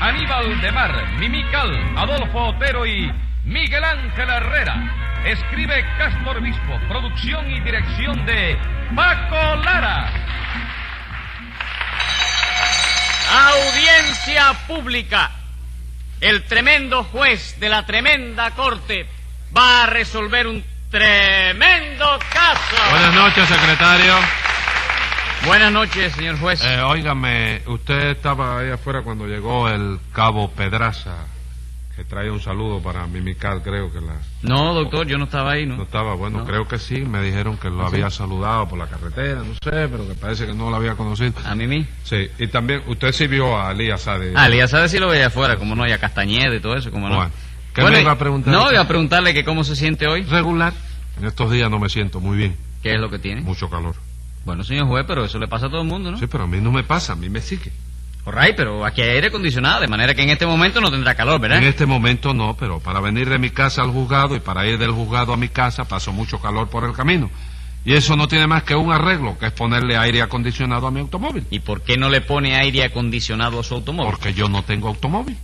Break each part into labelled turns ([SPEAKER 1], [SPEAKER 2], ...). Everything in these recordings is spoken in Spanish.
[SPEAKER 1] Aníbal de Mar, Mimical, Adolfo Otero y Miguel Ángel Herrera. Escribe Castro Obispo, producción y dirección de Paco Lara.
[SPEAKER 2] Audiencia pública. El tremendo juez de la tremenda corte va a resolver un tremendo caso.
[SPEAKER 3] Buenas noches, secretario.
[SPEAKER 2] Buenas noches, señor juez.
[SPEAKER 3] Eh, óigame, usted estaba ahí afuera cuando llegó el cabo Pedraza, que trae un saludo para Mimical, creo que la...
[SPEAKER 2] no, doctor, yo no estaba ahí, ¿no?
[SPEAKER 3] No estaba, bueno,
[SPEAKER 2] No. ¿Ah,
[SPEAKER 3] creo que sí, me dijeron que lo había saludado por la carretera, no sé, pero que parece que no lo había conocido.
[SPEAKER 2] A mí mí.
[SPEAKER 3] Sí, y también, usted sí vio a Ali Asadi.
[SPEAKER 2] Ah, ya sabes si lo veía afuera, como no, y a Castañeda y todo eso, como no.
[SPEAKER 3] Bueno, ¿qué me iba a preguntar?
[SPEAKER 2] No, iba a preguntarle que cómo se siente hoy.
[SPEAKER 3] Regular. En estos días no me siento muy bien,
[SPEAKER 2] ¿Qué es lo que tiene?
[SPEAKER 3] mucho calor.
[SPEAKER 2] Bueno, señor juez, pero eso le pasa a todo el mundo, ¿no?
[SPEAKER 3] Sí, pero a mí no me pasa, a mí me sigue.
[SPEAKER 2] Alright, pero aquí hay aire acondicionado, de manera que en este momento no tendrá calor, ¿verdad?
[SPEAKER 3] En este momento no, pero para venir de mi casa al juzgado y para ir del juzgado a mi casa paso mucho calor por el camino. Y eso no tiene más que un arreglo, que es ponerle aire acondicionado a mi automóvil.
[SPEAKER 2] ¿Y por qué no le pone aire acondicionado a su automóvil?
[SPEAKER 3] Porque yo no tengo automóvil.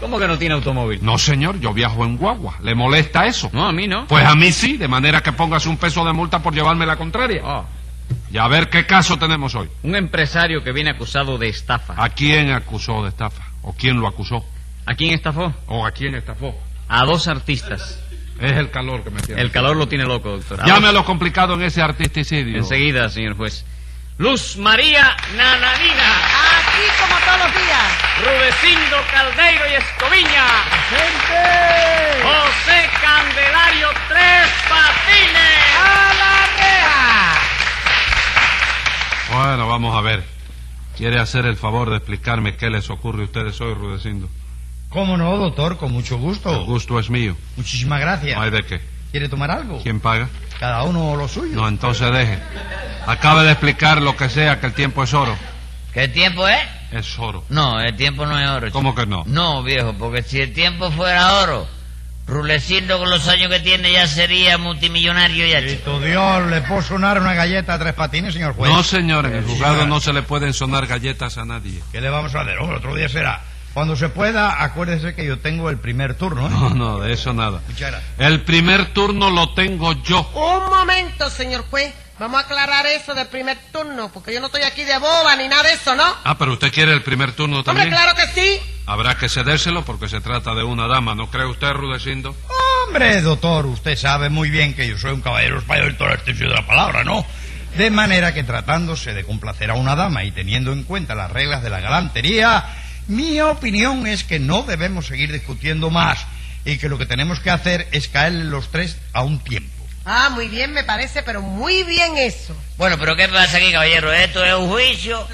[SPEAKER 2] ¿Cómo que no tiene automóvil?
[SPEAKER 3] No, señor, yo viajo en guagua. ¿Le molesta eso?
[SPEAKER 2] No, a mí no.
[SPEAKER 3] Pues a mí sí, de manera que pongas un peso de multa por llevarme la contraria.
[SPEAKER 2] Oh,
[SPEAKER 3] Y a ver qué caso tenemos hoy.
[SPEAKER 2] un empresario que viene acusado de estafa.
[SPEAKER 3] ¿A quién acusó de estafa? ¿O quién lo acusó?
[SPEAKER 2] ¿A quién estafó?
[SPEAKER 3] ¿O a quién estafó?
[SPEAKER 2] A dos artistas.
[SPEAKER 3] Es el calor que me tiene.
[SPEAKER 2] El calor lo tiene loco, doctor. A dos-
[SPEAKER 3] Llámelo complicado en ese artisticidio.
[SPEAKER 2] Enseguida, señor juez. Luz María Nananina,
[SPEAKER 4] Aquí como todos los días.
[SPEAKER 2] Rudecindo Caldeiro y Escoviña, José Candelario Tres Patines.
[SPEAKER 4] ¡A la reja!
[SPEAKER 3] Bueno, vamos a ver. ¿Quiere hacer el favor de explicarme qué les ocurre a ustedes hoy, Rudecindo?
[SPEAKER 5] ¿Cómo no, doctor? Con mucho
[SPEAKER 3] El
[SPEAKER 5] gusto.
[SPEAKER 3] gusto es mío.
[SPEAKER 5] Muchísimas gracias.
[SPEAKER 3] No hay de qué.
[SPEAKER 5] ¿Quiere tomar algo?
[SPEAKER 3] ¿Quién paga?
[SPEAKER 5] Cada uno lo suyo.
[SPEAKER 3] No, entonces deje. Acabe de explicar lo que sea, que el tiempo es oro.
[SPEAKER 6] ¿Qué tiempo es?
[SPEAKER 3] Es oro.
[SPEAKER 6] No, el tiempo no es oro. chico.
[SPEAKER 3] ¿Cómo que no?
[SPEAKER 6] No, viejo, porque si el tiempo fuera oro, Rulecindo con los años que tiene ya sería multimillonario ya, chico.
[SPEAKER 5] Cristo Dios, ¿le puedo sonar una galleta a tres patines, señor juez?
[SPEAKER 3] No, señor, en el juzgado no se le pueden sonar galletas a nadie.
[SPEAKER 5] ¿Qué le vamos a hacer? Hombre, otro día será. Cuando se pueda, acuérdese que yo tengo el primer turno, ¿eh?
[SPEAKER 3] No, no, de eso nada.
[SPEAKER 5] Muchas gracias.
[SPEAKER 3] El primer turno lo tengo yo.
[SPEAKER 4] Un momento, señor juez. Vamos a aclarar eso del primer turno, porque yo no estoy aquí de boba ni nada de eso, ¿no?
[SPEAKER 3] Ah, pero usted quiere el primer turno
[SPEAKER 4] Hombre,
[SPEAKER 3] también.
[SPEAKER 4] claro que sí.
[SPEAKER 3] Habrá que cedérselo porque se trata de una dama, ¿no cree usted, Rudecindo?
[SPEAKER 5] Hombre, doctor, usted sabe muy bien que yo soy un caballero español en todo el extensión de la palabra, ¿no? De manera que tratándose de complacer a una dama y teniendo en cuenta las reglas de la galantería, mi opinión es que no debemos seguir discutiendo más y que lo que tenemos que hacer es caerle los tres a un tiempo.
[SPEAKER 4] Ah, muy bien, me parece, pero muy bien eso.
[SPEAKER 6] Bueno, pero ¿qué pasa aquí, caballero? ¿Esto es un juicio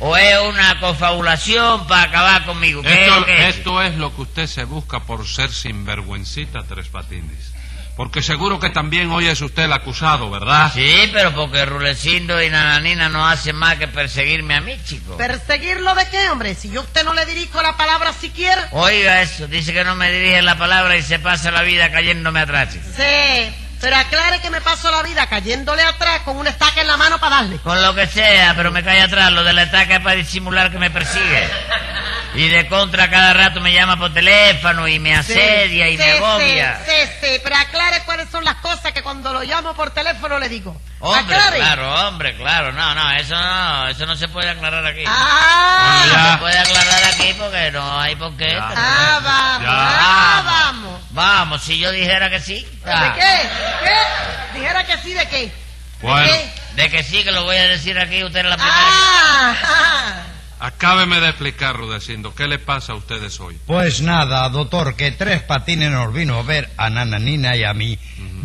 [SPEAKER 6] o es una confabulación para acabar conmigo? ¿Qué es lo
[SPEAKER 3] Esto,
[SPEAKER 6] que es?
[SPEAKER 3] esto es lo que usted se busca por ser sinvergüencita, Tres Patines. Porque seguro que también hoy es usted el acusado, ¿verdad?
[SPEAKER 6] Ah, Sí, pero porque Rulecindo y Nananina no hacen más que perseguirme a mí, chico.
[SPEAKER 4] ¿Perseguirlo de qué, hombre? Si yo a usted no le dirijo la palabra siquiera.
[SPEAKER 6] Oiga eso, dice que no me dirige la palabra y se pasa la vida cayéndome atrás. chico.
[SPEAKER 4] Sí, pero aclare que me paso la vida cayéndole atrás con una estaca en la mano para darle.
[SPEAKER 6] Con lo que sea, pero me cae atrás. Lo de la estaca es para disimular que me persigue. Y de contra cada rato me llama por teléfono y me asedia y
[SPEAKER 4] Sí,
[SPEAKER 6] me agobia.
[SPEAKER 4] Sí, sí, sí, pero aclare cuáles son las cosas que cuando lo llamo por teléfono le digo.
[SPEAKER 6] Hombre,
[SPEAKER 4] aclare.
[SPEAKER 6] claro, hombre, claro. No, no, eso no, eso no se puede aclarar aquí.
[SPEAKER 4] Ah,
[SPEAKER 6] No
[SPEAKER 3] Ya.
[SPEAKER 6] se puede aclarar aquí porque no hay por qué.
[SPEAKER 4] ah, vamos, ah, vamos.
[SPEAKER 6] Vamos, si yo dijera que sí. Ah,
[SPEAKER 4] ¿De qué? ¿Qué? Dijera que sí, ¿de qué?
[SPEAKER 3] Bueno,
[SPEAKER 4] ¿De qué?
[SPEAKER 6] De que sí, que lo voy a decir aquí, usted es la primera.
[SPEAKER 4] Ah, ah.
[SPEAKER 3] acábeme de explicar, Rudecindo, ¿qué le pasa a ustedes hoy?
[SPEAKER 5] Pues nada, doctor, que tres patines nos vino a ver a Nananina y a mí,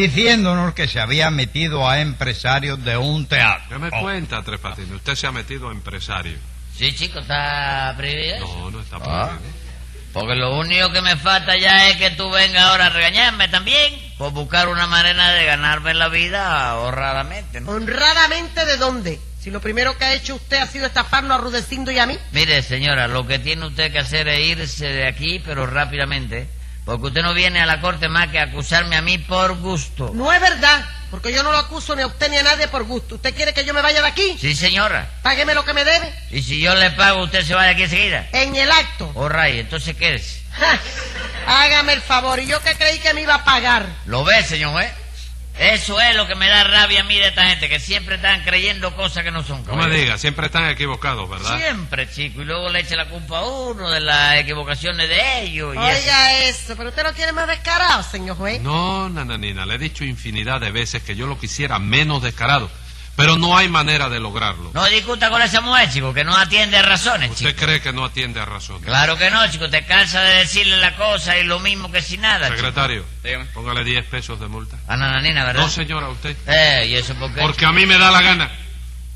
[SPEAKER 5] diciéndonos que se había metido a empresarios de un teatro.
[SPEAKER 3] ¿Qué me
[SPEAKER 5] Oh,
[SPEAKER 3] cuenta, Tres Patines? Usted se ha metido a empresario.
[SPEAKER 6] Sí, chico, está prohibido. eso.
[SPEAKER 3] No, no está ¿eh?
[SPEAKER 6] Ah.
[SPEAKER 3] prohibido.
[SPEAKER 6] Porque lo único que me falta ya es que tú vengas ahora a regañarme también por buscar una manera de ganarme la vida honradamente, ¿no?
[SPEAKER 4] ¿Honradamente de dónde? Si lo primero que ha hecho usted ha sido estafarnos a Rudecindo y a mí.
[SPEAKER 6] Mire, señora, lo que tiene usted que hacer es irse de aquí, pero rápidamente, porque usted no viene a la corte más que a acusarme a mí por gusto.
[SPEAKER 4] No es verdad. Porque yo no lo acuso ni a usted ni a nadie por gusto. ¿Usted quiere que yo me vaya de aquí?
[SPEAKER 6] Sí, señora.
[SPEAKER 4] Págueme lo que me debe
[SPEAKER 6] Y si yo le pago, usted se va de aquí enseguida.
[SPEAKER 4] en el acto.
[SPEAKER 6] Oh, ray, entonces quédese.
[SPEAKER 4] Ja, Hágame el favor. Y yo que creí que me iba a pagar.
[SPEAKER 6] ¿Lo ve, señor juez? Eso es lo que me da rabia a mí de esta gente, que siempre están creyendo cosas que no son.
[SPEAKER 3] No me
[SPEAKER 6] caballero.
[SPEAKER 3] digas, siempre están equivocados, ¿verdad?
[SPEAKER 6] Siempre, chico. Y luego le echa la culpa a uno de las equivocaciones de ellos. Y así.
[SPEAKER 4] Oiga eso. Pero usted no tiene más descarado, señor juez.
[SPEAKER 3] No, nananina, le he dicho infinidad de veces que yo lo quisiera menos descarado, pero no hay manera de lograrlo.
[SPEAKER 6] No discuta con esa mujer, chico, que no atiende razones,
[SPEAKER 3] ¿Usted
[SPEAKER 6] chico.
[SPEAKER 3] cree que no atiende a razón?
[SPEAKER 6] Claro que no, chico. Te cansa de decirle la cosa y lo mismo que si nada, chico.
[SPEAKER 3] Secretario,
[SPEAKER 2] Dígame.
[SPEAKER 3] póngale 10 pesos de multa.
[SPEAKER 6] A Nananina, ¿verdad?
[SPEAKER 3] No, señora, usted.
[SPEAKER 6] Eh, ¿y eso por qué?
[SPEAKER 3] Porque a mí me da la gana.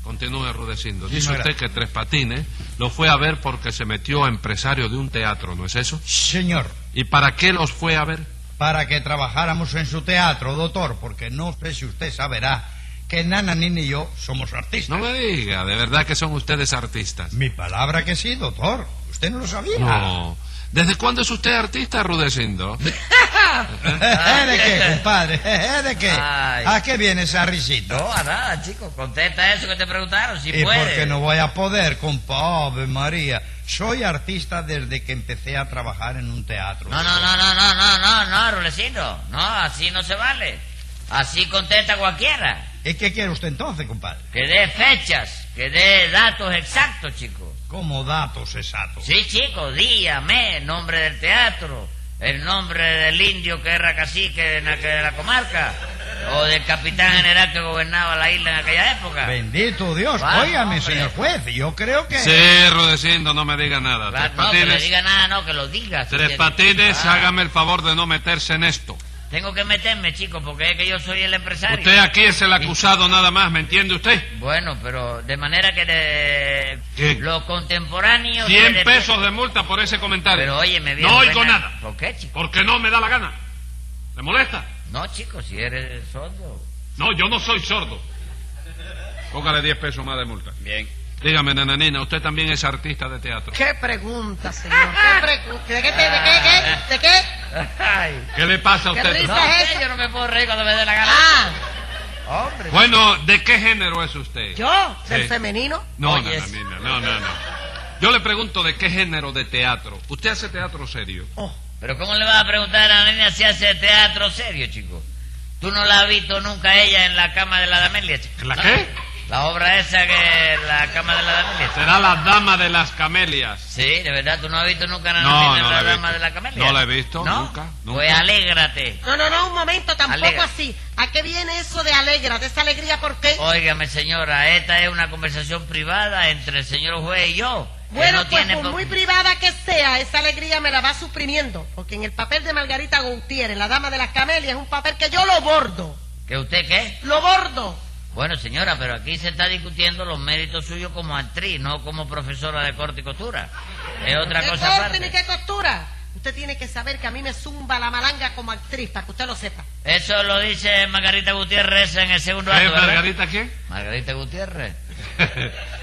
[SPEAKER 3] Continúe rudeciendo. Dice
[SPEAKER 5] Señora.
[SPEAKER 3] usted que Tres Patines lo fue a ver porque se metió empresario de un teatro, ¿no es eso?
[SPEAKER 5] Señor,
[SPEAKER 3] ¿Y para qué los fue a ver?
[SPEAKER 5] para que trabajáramos en su teatro, doctor, porque no sé si usted saberá que Nana Nini y yo somos artistas.
[SPEAKER 3] No me diga, de verdad que son ustedes artistas.
[SPEAKER 5] Mi palabra que sí, doctor. Usted no lo sabía.
[SPEAKER 3] No. ¿Desde cuándo es usted artista, Rudecindo?
[SPEAKER 5] ¿De qué, compadre? ¿De qué?
[SPEAKER 6] Ay.
[SPEAKER 5] ¿A qué viene esa risita?
[SPEAKER 6] No, a nada, chico. Contesta eso que te preguntaron, si
[SPEAKER 5] ¿Y por
[SPEAKER 6] puedes.
[SPEAKER 5] qué no voy a poder, compadre María? Soy artista desde que empecé a trabajar en un teatro.
[SPEAKER 6] No, no, no, no, no, no, no, no, Rulecino. No, así no se vale. Así contesta cualquiera.
[SPEAKER 5] ¿Y qué quiere usted entonces, compadre?
[SPEAKER 6] Que dé fechas, que dé datos exactos, chico.
[SPEAKER 5] Como datos exactos.
[SPEAKER 6] Sí, chico, día, mes, nombre del teatro, el nombre del indio que era cacique en aqu- de la comarca, o del capitán general que gobernaba la isla en aquella época.
[SPEAKER 5] Bendito Dios.
[SPEAKER 6] Vamos,
[SPEAKER 5] Óigame,
[SPEAKER 6] hombre.
[SPEAKER 5] señor juez, yo creo que...
[SPEAKER 3] Sí, Rudecindo, no me diga nada.
[SPEAKER 6] Claro,
[SPEAKER 3] Tres
[SPEAKER 6] no, que le
[SPEAKER 3] Patines,
[SPEAKER 6] diga nada, no, que lo diga.
[SPEAKER 3] Tres
[SPEAKER 6] sí,
[SPEAKER 3] Patines,
[SPEAKER 6] chico. Ah,
[SPEAKER 3] hágame el favor de no meterse en esto.
[SPEAKER 6] Tengo que meterme, chico, porque es que yo soy el empresario.
[SPEAKER 3] Usted aquí es el acusado nada más, ¿me entiende usted?
[SPEAKER 6] Bueno, pero de manera que de-
[SPEAKER 3] ¿Qué?
[SPEAKER 6] los contemporáneos... se
[SPEAKER 3] 100
[SPEAKER 6] le-
[SPEAKER 3] pesos de multa por ese comentario.
[SPEAKER 6] Pero óyeme bien.
[SPEAKER 3] No oigo
[SPEAKER 6] Rubén,
[SPEAKER 3] nada.
[SPEAKER 6] ¿Por qué, chico?
[SPEAKER 3] Porque no me da la gana. ¿Le molesta?
[SPEAKER 6] No, chico, si eres sordo.
[SPEAKER 3] No, yo no soy sordo. Póngale 10 pesos más de multa.
[SPEAKER 2] Bien.
[SPEAKER 3] Dígame, nananina, usted también es artista de teatro.
[SPEAKER 4] ¿Qué pregunta, señor? ¿Qué pregunta? ¿De qué? te- ¿De qué? qué? ¿De qué?
[SPEAKER 6] Ay.
[SPEAKER 3] ¿Qué le pasa a
[SPEAKER 4] Qué
[SPEAKER 3] usted?
[SPEAKER 4] risa.
[SPEAKER 6] No,
[SPEAKER 4] ¿Esa es
[SPEAKER 6] sé,
[SPEAKER 4] esa?
[SPEAKER 6] yo no me puedo reír cuando me dé la gana.
[SPEAKER 4] Ah,
[SPEAKER 6] Hombre.
[SPEAKER 3] Bueno, ¿de qué género es usted?
[SPEAKER 4] ¿yo?
[SPEAKER 3] Sí.
[SPEAKER 4] ¿Del femenino?
[SPEAKER 3] No,
[SPEAKER 6] Oye,
[SPEAKER 3] nananina, no, no, no. Yo le pregunto de qué género de teatro. Usted hace teatro serio.
[SPEAKER 6] Pero ¿cómo le vas a preguntar a la niña si hace teatro serio, chico? ¿Tú no la has visto nunca a ella en la cama de la Damelia, chico?
[SPEAKER 3] ¿La qué?
[SPEAKER 6] La obra esa que la cama de la Damelia. chico.
[SPEAKER 3] Será la dama de las camelias.
[SPEAKER 6] Sí, de verdad, ¿tú no has visto nunca a la
[SPEAKER 3] No,
[SPEAKER 6] niña
[SPEAKER 3] no
[SPEAKER 6] en
[SPEAKER 3] la
[SPEAKER 6] la
[SPEAKER 3] he
[SPEAKER 6] dama
[SPEAKER 3] visto.
[SPEAKER 6] de la Camelia?
[SPEAKER 3] No la he visto,
[SPEAKER 6] ¿No?
[SPEAKER 3] nunca, nunca.
[SPEAKER 6] Pues alégrate.
[SPEAKER 4] No, no, no, un momento, tampoco
[SPEAKER 6] Alegra.
[SPEAKER 4] así. ¿A qué viene eso de alegra? ¿De esa alegría por qué?
[SPEAKER 6] Óigame, señora, esta es una conversación privada entre el señor juez y yo. que
[SPEAKER 4] Bueno, pues
[SPEAKER 6] no tiene
[SPEAKER 4] por
[SPEAKER 6] por-
[SPEAKER 4] muy privada que sea, esa alegría me la va suprimiendo. Porque en el papel de Margarita Gautier, en La Dama de las Camelias, es un papel que yo lo bordo.
[SPEAKER 6] ¿Que usted qué?
[SPEAKER 4] Lo bordo.
[SPEAKER 6] Bueno, señora, pero aquí se está discutiendo los méritos suyos como actriz, no como profesora de corte y costura. Es otra
[SPEAKER 4] ¿Qué
[SPEAKER 6] cosa
[SPEAKER 4] corte
[SPEAKER 6] aparte.
[SPEAKER 4] ni qué costura? Usted tiene que saber que a mí me zumba la malanga como actriz, para que usted lo sepa.
[SPEAKER 6] Eso lo dice Margarita Gutiérrez en el segundo
[SPEAKER 3] ¿Es
[SPEAKER 6] acto, ¿verdad?
[SPEAKER 3] Margarita quién?
[SPEAKER 6] Margarita Gutiérrez.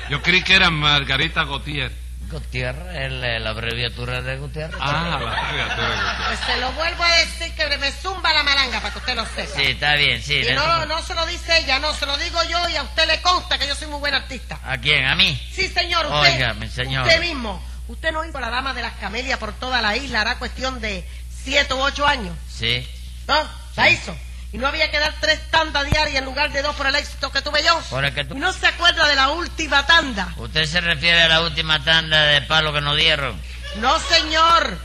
[SPEAKER 3] Yo creí que era Margarita Gautier.
[SPEAKER 6] Gutiérrez, el, eh, la abreviatura de Gutiérrez.
[SPEAKER 3] Ah, la Margarita Gautier.
[SPEAKER 4] Pues se lo vuelvo a decir que me zumba la malanga, para que usted lo sepa.
[SPEAKER 6] Sí, está bien, sí.
[SPEAKER 4] Y
[SPEAKER 6] le-
[SPEAKER 4] no, no se lo dice ella, no, se lo digo yo y a usted le consta que yo soy muy buen artista.
[SPEAKER 6] ¿A quién? ¿A mí?
[SPEAKER 4] Sí, señor, usted.
[SPEAKER 6] Óigame, señor.
[SPEAKER 4] Usted mismo. Usted no hizo la dama de las camelias por toda la isla, hará cuestión de siete u ocho años.
[SPEAKER 6] Sí.
[SPEAKER 4] ¿No? La hizo. Y no había que dar tres tandas diarias en lugar de dos por el éxito que tuve yo.
[SPEAKER 6] Por el que tú-
[SPEAKER 4] Y no se acuerda de la última tanda.
[SPEAKER 6] ¿Usted se refiere a la última tanda de palo que nos dieron?
[SPEAKER 4] No, señor.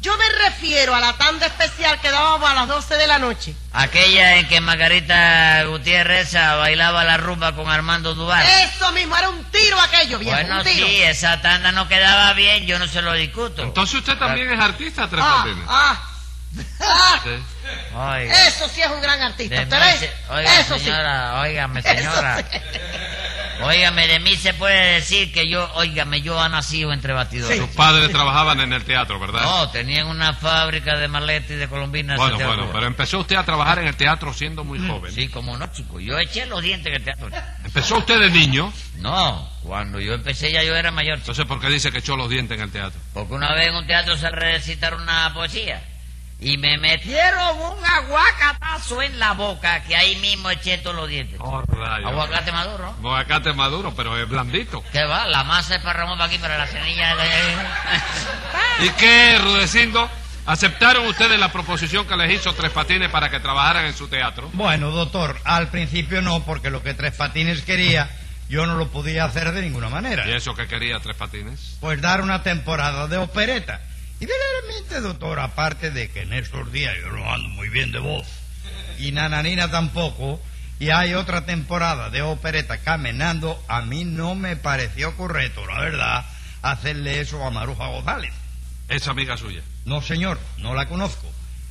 [SPEAKER 4] Yo me refiero a la tanda especial que dábamos a las 12 de la noche.
[SPEAKER 6] Aquella en que Margarita Gutiérrez esa, bailaba la rumba con Armando Duval.
[SPEAKER 4] Eso mismo, era un tiro aquello, viejo,
[SPEAKER 6] Ah.
[SPEAKER 4] ¡Eh!
[SPEAKER 6] bueno,
[SPEAKER 4] un tiro.
[SPEAKER 6] sí, esa tanda no quedaba bien, yo no se lo discuto.
[SPEAKER 3] Entonces usted también es artista, Tres
[SPEAKER 4] Ah,
[SPEAKER 3] Patines.
[SPEAKER 4] ah, ah,
[SPEAKER 3] Sí.
[SPEAKER 6] Oiga.
[SPEAKER 4] eso sí es un gran artista.
[SPEAKER 6] De
[SPEAKER 4] ¿Usted
[SPEAKER 6] mí
[SPEAKER 4] ve?
[SPEAKER 6] se- Oiga,
[SPEAKER 4] eso sí.
[SPEAKER 6] señora, óigame,
[SPEAKER 4] Eso
[SPEAKER 6] señora. Óigame, de mí se puede decir que yo, óigame, yo ha nacido entre batidores.
[SPEAKER 3] Sus padres trabajaban en el teatro, ¿verdad?
[SPEAKER 6] No, tenían una fábrica de maletes y de colombinas.
[SPEAKER 3] bueno,
[SPEAKER 6] en
[SPEAKER 3] bueno,
[SPEAKER 6] Teatro.
[SPEAKER 3] pero empezó usted a trabajar en el teatro siendo muy joven.
[SPEAKER 6] Sí, como no, chico. Yo eché los dientes en el teatro.
[SPEAKER 3] Empezó usted de niño.
[SPEAKER 6] No, cuando yo empecé ya yo era mayor, chico.
[SPEAKER 3] Entonces, ¿por qué dice que echó los dientes en el teatro?
[SPEAKER 6] Porque una vez en un teatro se recitaron una poesía. Y me metieron un aguacatazo en la boca que ahí mismo eché todos los dientes.
[SPEAKER 3] Oh, rayos.
[SPEAKER 6] Aguacate maduro.
[SPEAKER 3] Aguacate maduro, pero es blandito.
[SPEAKER 6] ¿Qué va? La masa es para Ramón para aquí, para la semilla.
[SPEAKER 3] ¿Y qué, Rudecindo? ¿Aceptaron ustedes la proposición que les hizo Tres Patines para que trabajaran en su teatro?
[SPEAKER 5] Bueno, doctor, al principio no, porque lo que Tres Patines quería, yo no lo podía hacer de ninguna manera.
[SPEAKER 3] ¿Y eso que quería Tres Patines?
[SPEAKER 5] Pues dar una temporada de opereta. Y verdaderamente, doctor, aparte de que en estos días yo no ando muy bien de voz, y Nananina tampoco, y hay otra temporada de opereta caminando, a mí no me pareció correcto, la verdad, hacerle eso a Maruja González.
[SPEAKER 3] Es amiga suya.
[SPEAKER 5] No, señor, no la conozco,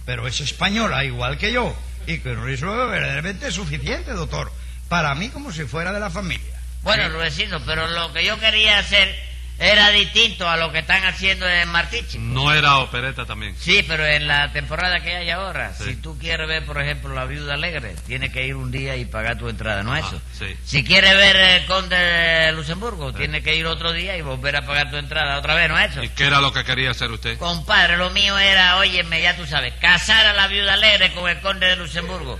[SPEAKER 5] pero es española, igual que yo, y que eso es verdaderamente suficiente, doctor, para mí como si fuera de la familia.
[SPEAKER 6] Bueno, Rudecindo, pero lo que yo quería hacer era distinto a lo que están haciendo en Martichi.
[SPEAKER 3] No era opereta también.
[SPEAKER 6] Sí, pero en la temporada que hay ahora,
[SPEAKER 3] Sí.
[SPEAKER 6] si tú quieres ver, por ejemplo, La Viuda Alegre, tienes que ir un día y pagar tu entrada, ¿no es
[SPEAKER 3] Ajá,
[SPEAKER 6] eso?
[SPEAKER 3] Ah, sí.
[SPEAKER 6] Si quieres ver El Conde de Luxemburgo, tienes que ir otro día y volver a pagar tu entrada otra vez, ¿no es eso?
[SPEAKER 3] ¿Y qué era lo que quería hacer usted?
[SPEAKER 6] Compadre, lo mío era, óyeme, ya tú sabes, casar a la viuda alegre con el conde de Luxemburgo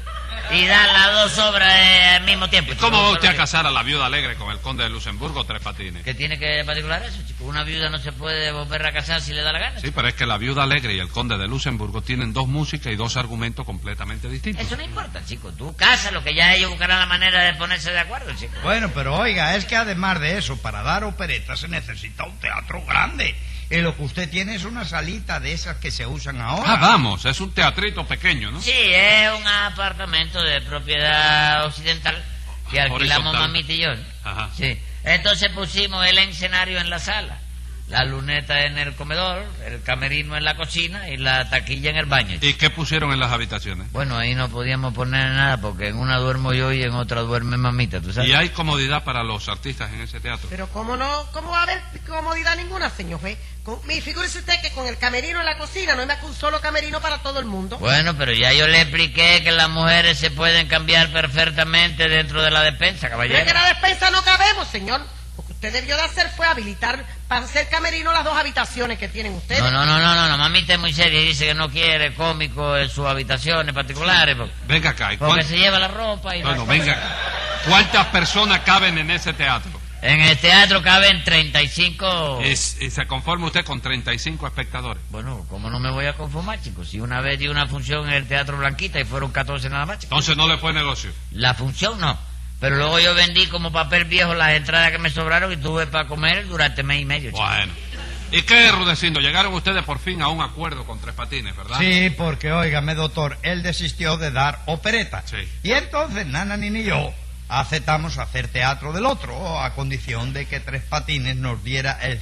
[SPEAKER 6] y dar las dos obras eh, al mismo tiempo.
[SPEAKER 3] ¿Y
[SPEAKER 6] chico.
[SPEAKER 3] cómo va usted a
[SPEAKER 6] Solo
[SPEAKER 3] casar a la viuda alegre con el conde de Luxemburgo, Tres Patines?
[SPEAKER 6] que- Que tiene que particular eso, chico. Una viuda no se puede volver a casar si le da la gana.
[SPEAKER 3] Sí,
[SPEAKER 6] chico.
[SPEAKER 3] pero es que la viuda alegre y el conde de Luxemburgo tienen dos músicas y dos argumentos completamente distintos.
[SPEAKER 6] Eso no importa, chico. Tú casas lo que ya ellos buscarán la manera de ponerse de acuerdo, chico.
[SPEAKER 5] Bueno, pero oiga, es que además de eso, para dar opereta se necesita un teatro grande. Y lo que usted tiene es una salita de esas que se usan ahora.
[SPEAKER 3] Ah, vamos, es un teatrito pequeño, ¿no?
[SPEAKER 6] Sí, es un apartamento de propiedad occidental que alquilamos
[SPEAKER 3] Horizontal.
[SPEAKER 6] mamita y yo. ¿no?
[SPEAKER 3] Ajá.
[SPEAKER 6] Sí. Entonces pusimos el escenario en la sala, la luneta en el comedor, el camerino en la cocina y la taquilla en el baño.
[SPEAKER 3] ¿Y qué pusieron en las habitaciones?
[SPEAKER 6] Bueno, ahí no podíamos poner nada porque en una duermo yo y en otra duerme mamita, ¿tú sabes?
[SPEAKER 3] ¿Y hay comodidad para los artistas en ese teatro?
[SPEAKER 4] Pero cómo no, cómo va a haber comodidad ninguna, señor juez. Con- mi- figúrese usted que con el camerino en la cocina no hay más que un solo camerino para todo el mundo.
[SPEAKER 6] Bueno, pero ya yo le expliqué que las mujeres se pueden cambiar perfectamente dentro de la despensa,
[SPEAKER 4] Pero es que
[SPEAKER 6] caballero.
[SPEAKER 4] en la despensa no cabemos, señor. Lo que usted debió de hacer fue habilitar para hacer camerino las dos habitaciones que tienen ustedes.
[SPEAKER 6] No, no, no, no, no, no, mamita es muy seria y dice que no quiere cómicos en sus habitaciones particulares porque,
[SPEAKER 3] Venga acá, ¿y
[SPEAKER 6] porque
[SPEAKER 3] cuán-
[SPEAKER 6] se lleva la ropa y...
[SPEAKER 3] No, no, venga acá. ¿Cuántas personas caben en ese teatro?
[SPEAKER 6] En el teatro caben 35...
[SPEAKER 3] Y, s- y se conforma usted con 35 espectadores.
[SPEAKER 6] Bueno, ¿cómo no me voy a conformar, chicos? Si una vez di una función en el Teatro Blanquita y fueron 14 nada más, chicos.
[SPEAKER 3] Entonces no le fue negocio.
[SPEAKER 6] La función no. Pero luego yo vendí como papel viejo las entradas que me sobraron y tuve para comer durante mes y medio. chico.
[SPEAKER 3] Bueno. ¿Y qué, Rudecindo? Llegaron ustedes por fin a un acuerdo con Tres Patines, ¿verdad?
[SPEAKER 5] Sí, porque, óigame, doctor, él desistió de dar opereta.
[SPEAKER 3] Sí.
[SPEAKER 5] Y entonces Nana Nini y yo aceptamos hacer teatro del otro, a condición de que Tres Patines nos diera el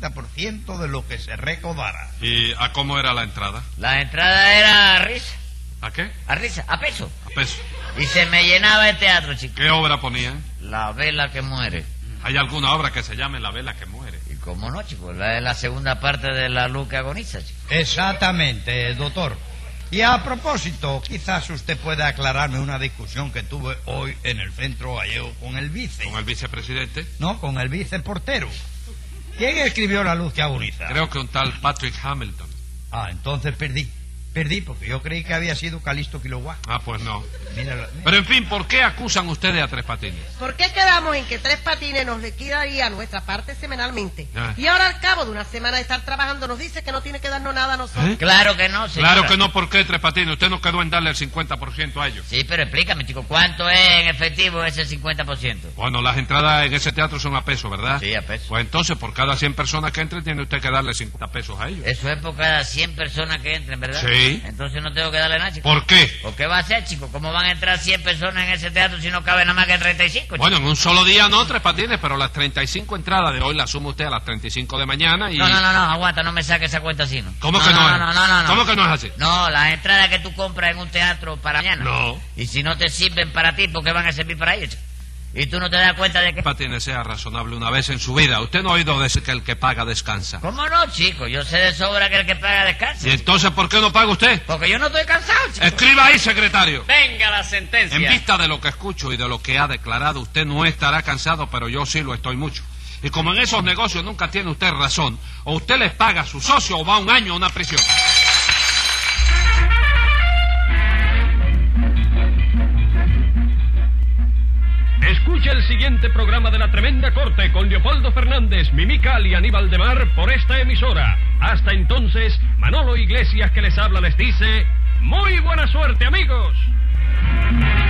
[SPEAKER 5] 50% de lo que se recaudara.
[SPEAKER 3] ¿Y a cómo era la entrada?
[SPEAKER 6] La entrada era a risa,
[SPEAKER 3] ¿A qué?
[SPEAKER 6] a risa, a peso.
[SPEAKER 3] A peso.
[SPEAKER 6] Y se me llenaba el teatro, chico.
[SPEAKER 3] ¿Qué obra ponían?
[SPEAKER 6] La vela que muere.
[SPEAKER 3] ¿Hay alguna obra que se llame La vela que muere?
[SPEAKER 6] Y cómo no, chico, la es la segunda parte de la luz que agoniza, chico.
[SPEAKER 5] Exactamente, doctor. Y a propósito, quizás usted pueda aclararme una discusión que tuve hoy en el centro gallego con el vice.
[SPEAKER 3] Con el vicepresidente.
[SPEAKER 5] No, con el viceportero. ¿Quién escribió La Luz que agoniza?
[SPEAKER 3] Creo que un tal Patrick Hamilton.
[SPEAKER 5] Ah, entonces perdí. Perdí porque yo creí que había sido Calisto Quiloguá.
[SPEAKER 3] Ah, pues no.
[SPEAKER 5] Mira, la- mira.
[SPEAKER 3] Pero en fin, ¿por qué acusan ustedes a Tres Patines?
[SPEAKER 4] ¿Por qué quedamos en que Tres Patines nos liquidaría nuestra parte semanalmente?
[SPEAKER 3] Ah.
[SPEAKER 4] Y ahora al cabo de una semana de estar trabajando nos dice que no tiene que darnos nada a nosotros.
[SPEAKER 3] ¿Eh?
[SPEAKER 6] Claro que no, señora.
[SPEAKER 3] Claro que no, ¿por qué Tres Patines? Usted no quedó en darle el 50% a ellos.
[SPEAKER 6] Sí, pero explícame, chico, ¿cuánto es en efectivo ese 50%?
[SPEAKER 3] Bueno, las entradas en ese teatro son a peso, ¿verdad?
[SPEAKER 6] Sí, a peso.
[SPEAKER 3] Pues entonces, por cada 100 personas que entren, tiene usted que darle 50 pesos a ellos.
[SPEAKER 6] Eso es por cada 100 personas que entren, ¿verdad?
[SPEAKER 3] Sí.
[SPEAKER 6] Entonces no tengo que darle nada, chico.
[SPEAKER 3] ¿Por qué?
[SPEAKER 6] ¿O qué va a ser, chico? ¿Cómo van a entrar 100 personas en ese teatro si no cabe nada más que 35, chico?
[SPEAKER 3] Bueno, en un solo día no, Tres Patines, pero las 35 entradas de hoy las suma usted a las 35 de mañana y...
[SPEAKER 6] No, no, no, no, aguanta, no me saques esa cuenta así, ¿no?
[SPEAKER 3] ¿Cómo que no,
[SPEAKER 6] No,
[SPEAKER 3] es?
[SPEAKER 6] no, no, no, no.
[SPEAKER 3] ¿Cómo que no es así?
[SPEAKER 6] No, las entradas que tú compras en un teatro para mañana.
[SPEAKER 3] No.
[SPEAKER 6] Y si no te sirven para ti, ¿por qué van a servir para ellos? Y tú no te das cuenta de que...
[SPEAKER 3] Tres Patines sea razonable una vez en su vida. Usted no ha oído decir que el que paga descansa.
[SPEAKER 6] ¿Cómo no, chico? Yo sé de sobra que el que paga
[SPEAKER 3] ¿Y
[SPEAKER 6] descansa.
[SPEAKER 3] entonces por qué no paga usted?
[SPEAKER 6] Porque yo no estoy cansado, chico.
[SPEAKER 3] Escriba ahí, secretario.
[SPEAKER 2] Venga la sentencia.
[SPEAKER 3] En vista de lo que escucho y de lo que ha declarado, usted no estará cansado, pero yo sí lo estoy mucho. Y como en esos negocios nunca tiene usted razón, o usted les paga a su socio o va un año a una prisión.
[SPEAKER 1] Escuche el siguiente programa de La Tremenda Corte con Leopoldo Fernández, Mimical y Aníbal de Mar por esta emisora. Hasta entonces, Manolo Iglesias que les habla les dice, muy buena suerte amigos.